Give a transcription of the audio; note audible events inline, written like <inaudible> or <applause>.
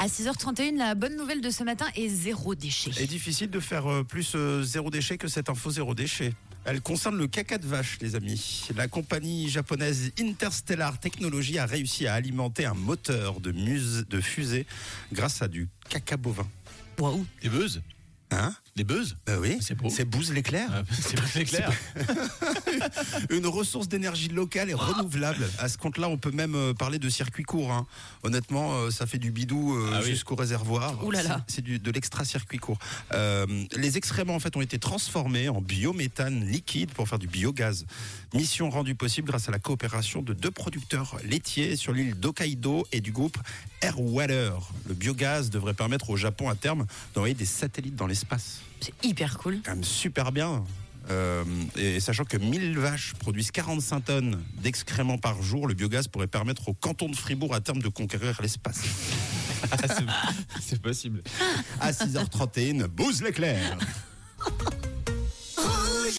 À 6h31, la bonne nouvelle de ce matin est zéro déchet. est difficile de faire euh, plus euh, zéro déchet que cette info zéro déchet. Elle concerne le caca de vache, les amis. La compagnie japonaise Interstellar Technology a réussi à alimenter un moteur de, muse, de fusée grâce à du caca bovin. Waouh Des buzz Hein Des buzz Ben oui, C'est beau. c'est Bouze l'éclair. Ah, <laughs> C'est c'est clair. <laughs> Une ressource d'énergie locale et renouvelable. À ce compte-là, on peut même euh, parler de circuit court. hein. Honnêtement, euh, ça fait du bidou euh, Ah oui. jusqu'au réservoir. Ouh là là. C'est c'est du- de l'extra-circuit court. Euh, les excréments, en fait, ont été transformés en biométhane liquide pour faire du biogaz. Mission rendue possible grâce à la coopération de deux producteurs laitiers sur l'île d'Hokkaido et du groupe Airwater. Le biogaz devrait permettre au Japon, à terme, d'envoyer des satellites dans l'espace C'est hyper cool. quand même super bien. Euh, et sachant que 1000 vaches produisent 45 tonnes d'excréments par jour, le biogaz pourrait permettre au canton de Fribourg à terme de conquérir l'espace. Ah, c'est- C'est possible. À 6h31, bouse l'éclair